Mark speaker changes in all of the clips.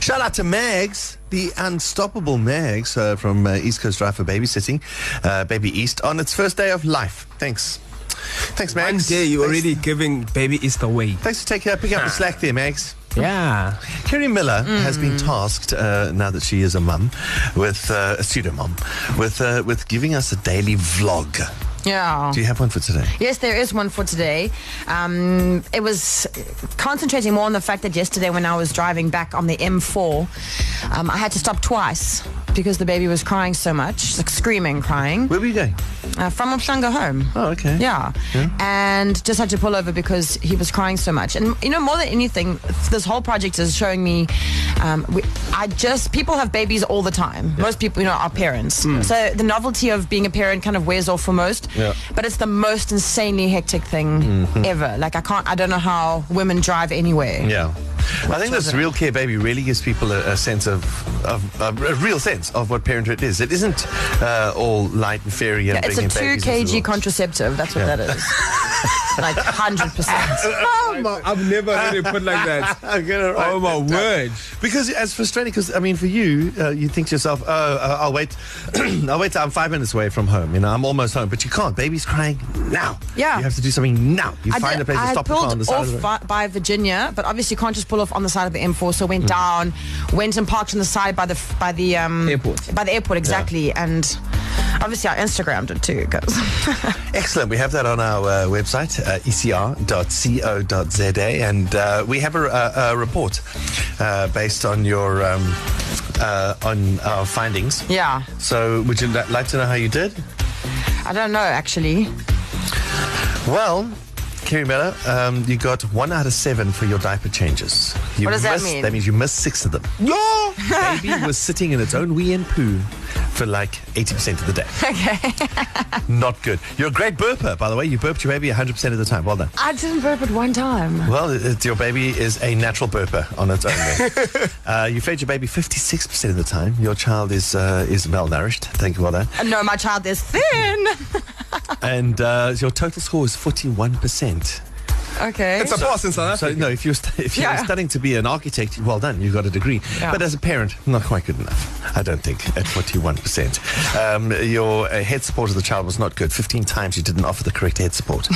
Speaker 1: Shout out to Megs, the unstoppable Megs uh, from uh, East Coast Drive for babysitting, uh, Baby East, on its first day of life. Thanks. Thanks, Megs.
Speaker 2: One day you're
Speaker 1: Thanks-
Speaker 2: already giving baby Easter away.
Speaker 1: Thanks for taking, uh, picking up the slack there, Megs.
Speaker 2: Yeah.
Speaker 1: Kerry Miller has been tasked, uh, now that she is a mum, with uh, a pseudo mum, with, uh, with giving us a daily vlog.
Speaker 3: Yeah.
Speaker 1: Do you have one for today?
Speaker 3: Yes, there is one for today. Um, it was concentrating more on the fact that yesterday, when I was driving back on the M4, um, I had to stop twice because the baby was crying so much, like screaming, crying,
Speaker 1: Where were you going?
Speaker 3: uh, from Umhlanga home.
Speaker 1: Oh, okay.
Speaker 3: Yeah.
Speaker 1: Yeah.
Speaker 3: And just had to pull over because he was crying so much. And, you know, more than anything, this whole project is showing me. Um, we, I just, people have babies all the time. Most people, you know, are parents. So the novelty of being a parent kind of wears off for most.
Speaker 1: Mm. Yeah. Mm-hmm.
Speaker 3: But it's the most insanely hectic thing ever. Like, I can't, I don't know how women drive anywhere.
Speaker 1: Yeah. I think
Speaker 3: was
Speaker 1: this
Speaker 3: it?
Speaker 1: real care baby really gives people a, a sense of, of a, a real sense of what parenthood is. It isn't uh, all light and fairy and
Speaker 3: Yeah, it's a
Speaker 1: bringing
Speaker 3: 2
Speaker 1: babies into the
Speaker 3: kg
Speaker 1: world.
Speaker 3: contraceptive. That's what that is. like, 100%.
Speaker 1: Oh my!
Speaker 2: I've never heard it put like that.
Speaker 1: I'm gonna write
Speaker 2: Oh my
Speaker 1: that down.
Speaker 2: word.
Speaker 1: Because it's frustrating. Because I mean, for you, uh, you think to yourself, "Oh, uh, I'll wait. I'll wait. till I'm five minutes away from home. You know, I'm almost home." But you can't. Baby's crying now.
Speaker 3: Yeah.
Speaker 1: You have to do something now. You
Speaker 3: I
Speaker 1: find
Speaker 3: did-
Speaker 1: a place
Speaker 3: I
Speaker 1: to
Speaker 3: had
Speaker 1: stop the
Speaker 3: pulled
Speaker 1: car on the side
Speaker 3: off
Speaker 1: of the road. Hmm.
Speaker 3: by, by Virginia, but obviously can't just pull off on the side of the M4. So went down, went and parked on the side by the f- by the um,
Speaker 2: Airport.
Speaker 3: By the airport, exactly. And obviously I Instagrammed it too because
Speaker 1: Excellent. We have that on our uh, website, uh, ecr.co.za. And uh, we have a, a, a report uh, based on your um, uh, on our findings.
Speaker 3: yeah,
Speaker 1: So, would you li- like to know how you did?
Speaker 3: I don't know actually.
Speaker 1: Well, Kerry Miller, um, you got one out of seven for your diaper changes. You
Speaker 3: What does that
Speaker 1: missed-
Speaker 3: mean?
Speaker 1: That means you missed six of them.
Speaker 2: No.
Speaker 1: Baby was sitting in its own wee and poo for like 80% of the day. Okay. Not good. You're a great burper, by the way. You burped your baby 100% of the time. Well done.
Speaker 3: I didn't burp at one time.
Speaker 1: Well, it- it- your baby is a natural burper on its own. then. uh, you fed your baby 56% of the time. Your child is uh, is malnourished. Thank you for that.
Speaker 3: Uh, No, my child is thin.
Speaker 1: And uh, your total score is 41%.
Speaker 3: Okay.
Speaker 2: It's a pass in South
Speaker 1: So,
Speaker 2: Africa.
Speaker 1: no, if you're, st- if you're
Speaker 3: Yeah.
Speaker 1: studying to be an architect, well done, you've got a degree.
Speaker 3: Yeah.
Speaker 1: But as a parent, not quite good enough, I don't think, at 41%. Um, your uh, head support of the child was not good. 15 times you didn't offer the correct head support.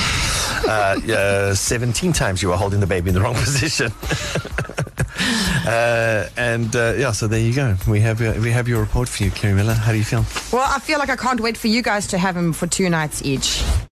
Speaker 1: uh, uh, 17 times you were holding the baby in the wrong position. uh, and uh, yeah, so there you go. We have, uh, we have your report for you, Kerry Miller. How do you feel?
Speaker 3: well, I feel like I can't wait for you guys to have him for two nights each.